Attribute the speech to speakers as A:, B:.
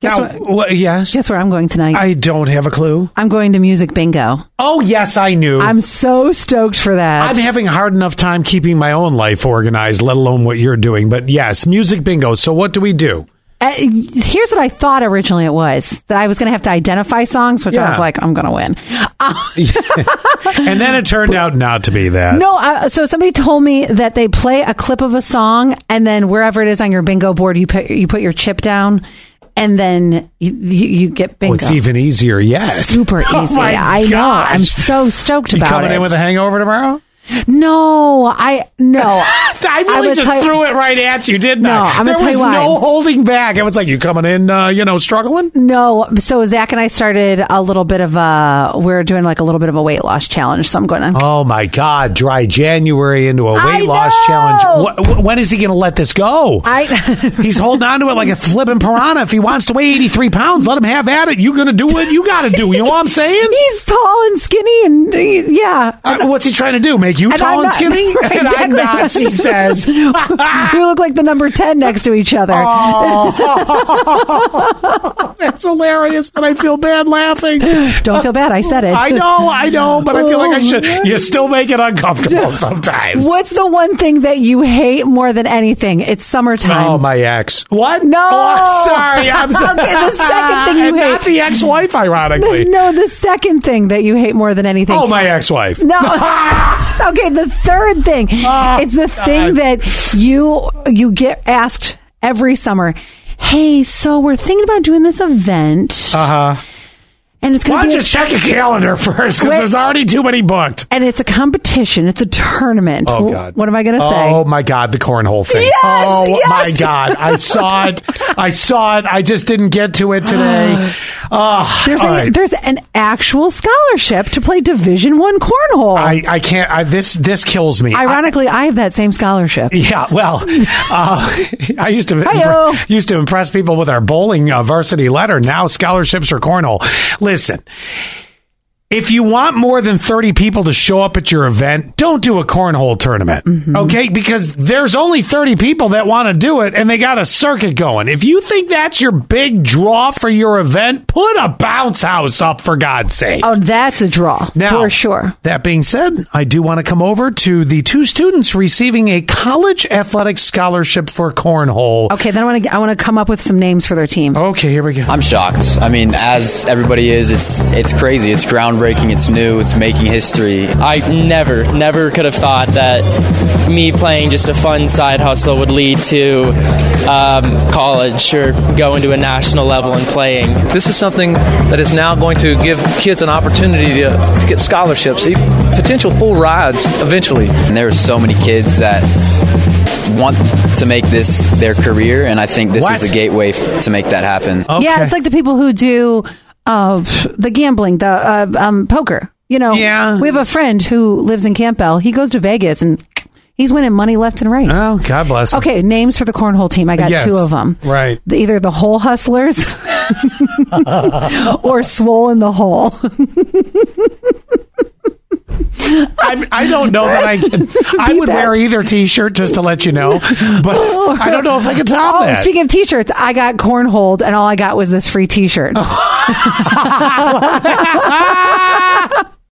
A: Guess
B: now,
A: what-
B: wha- yes,
A: Guess where I'm going tonight?
B: I don't have a clue.
A: I'm going to music bingo.
B: Oh, yes, I knew.
A: I'm so stoked for that.
B: I'm having a hard enough time keeping my own life organized, let alone what you're doing. But yes, music bingo. So what do we do?
A: Uh, here's what I thought originally it was that I was going to have to identify songs, which I
B: Yeah.
A: was like, I'm going to win.
B: And then it turned out not to be that.
A: No, uh, so somebody told me that they play a clip of a song, and then wherever it is on your bingo board, you put you put your chip down, and then you, you, you get bingo.
B: Oh, it's even easier yet.
A: Super easy.
B: Oh my
A: I know.
B: gosh.
A: I'm so stoked
B: You
A: about
B: coming
A: it.
B: in with a hangover tomorrow?
A: no, I no.
B: I really
A: gonna
B: just
A: tell you-
B: threw it right at you, didn't
A: No,
B: I?
A: I'm gonna
B: there
A: tell
B: was
A: you why.
B: no holding back. I was like, "You coming in? Uh, you know, struggling?"
A: No, so Zach and I started a little bit of a. We're doing like a little bit of a weight loss challenge. So I'm going on.
B: Oh my God! Dry January into a weight
A: I
B: loss
A: know!
B: challenge. Wh- wh- when is he going to let this go?
A: I
B: He's holding on to it like a flipping piranha. If he wants to weigh 83 pounds, let him have at it. You're going to do what you got to do. You know what I'm saying?
A: he's tall and skinny, and he- yeah,
B: Uh, what's he trying to do? Make you
A: And
B: tall and
A: I'm not-
B: skinny?
A: Right,
B: And I'm
A: exactly.
B: not, she says. Oh.
A: we look like the number ten next to each other.
B: That's hilarious, but I feel bad laughing.
A: Don't feel bad. I said it.
B: I know, I know, but I feel
A: Oh,
B: like I should. You still make it uncomfortable sometimes.
A: What's the one thing that you hate more than anything? It's summertime.
B: Oh, my ex. What?
A: No.
B: Oh, sorry. I'm sorry.
A: Okay, the second thing you
B: And Not
A: hate.
B: the ex wife, ironically.
A: no, the second thing that you hate more than anything.
B: Oh, my ex wife.
A: No. okay, the third thing.
B: Oh,
A: it's the
B: God.
A: thing that you you get asked every summer. Hey, so we're thinking about doing this event,
B: Uh huh.
A: and it's
B: Why
A: going
B: don't
A: to be
B: you
A: a,
B: check a calendar first? Because
A: Wait.
B: there's already too many booked.
A: and it's a competition. It's a tournament.
B: Oh
A: Wh-
B: God!
A: What am I going to say?
B: Oh my God! The cornhole thing.
A: Yes,
B: oh
A: yes.
B: my God! I saw it. I saw it. I just didn't get to it today. Ah,
A: there's a,
B: all right.
A: there's an actual scholarship to play Division One cornhole.
B: I, I can't. I, this this kills me. I-
A: Ironically, I, have that same scholarship.
B: yeah, well, uh, I used to
A: Hi-yo.
B: used to impress people with our bowling uh, varsity letter. Now scholarships for cornhole. Listen, if you want more than 30 people to show up at your event, don't do a cornhole tournament. Okay? Because there's only 30 people that want to do it and they got a circuit going. If you think that's your big draw for your event, put a bounce house up for God's sake.
A: Oh, that's a draw
B: Now,
A: for sure.
B: That being said, I do want to come over to the two students receiving a college athletic scholarship for cornhole.
A: Okay, then I want to I want to come up with some names for their team.
B: Okay, here we go.
C: I'm shocked. I mean, as everybody is, it's it's crazy. It's groundbreaking. It's new. It's making history.
D: I never, never could have thought that me playing just a fun side hustle would lead to um, college or going to a national level and playing.
E: This is something that is now going to give kids an opportunity to, to get scholarships, e- potential full rides eventually.
C: And there are so many kids that want to make this their career, and I think this
B: What?
C: is the gateway f- to make that happen.
A: Yeah, it's like the people who do uh, the gambling, the uh, um, poker. You know,
B: Yeah.
A: We have a friend who lives in Campbell. He goes to Vegas and he's winning money left and right.
B: Oh, God bless. 'em.
A: Okay, names for the cornhole team. I got
B: Yes.
A: two of them.
B: Right.
A: Either the Hole Hustlers or Swole in the Hole.
B: I'm, I don't know that I can. I would wear either T-shirt just to let you know, but I don't know if I can top
A: Oh,
B: that.
A: speaking of t-shirts, I got cornholed, and all I got was this free t-shirt.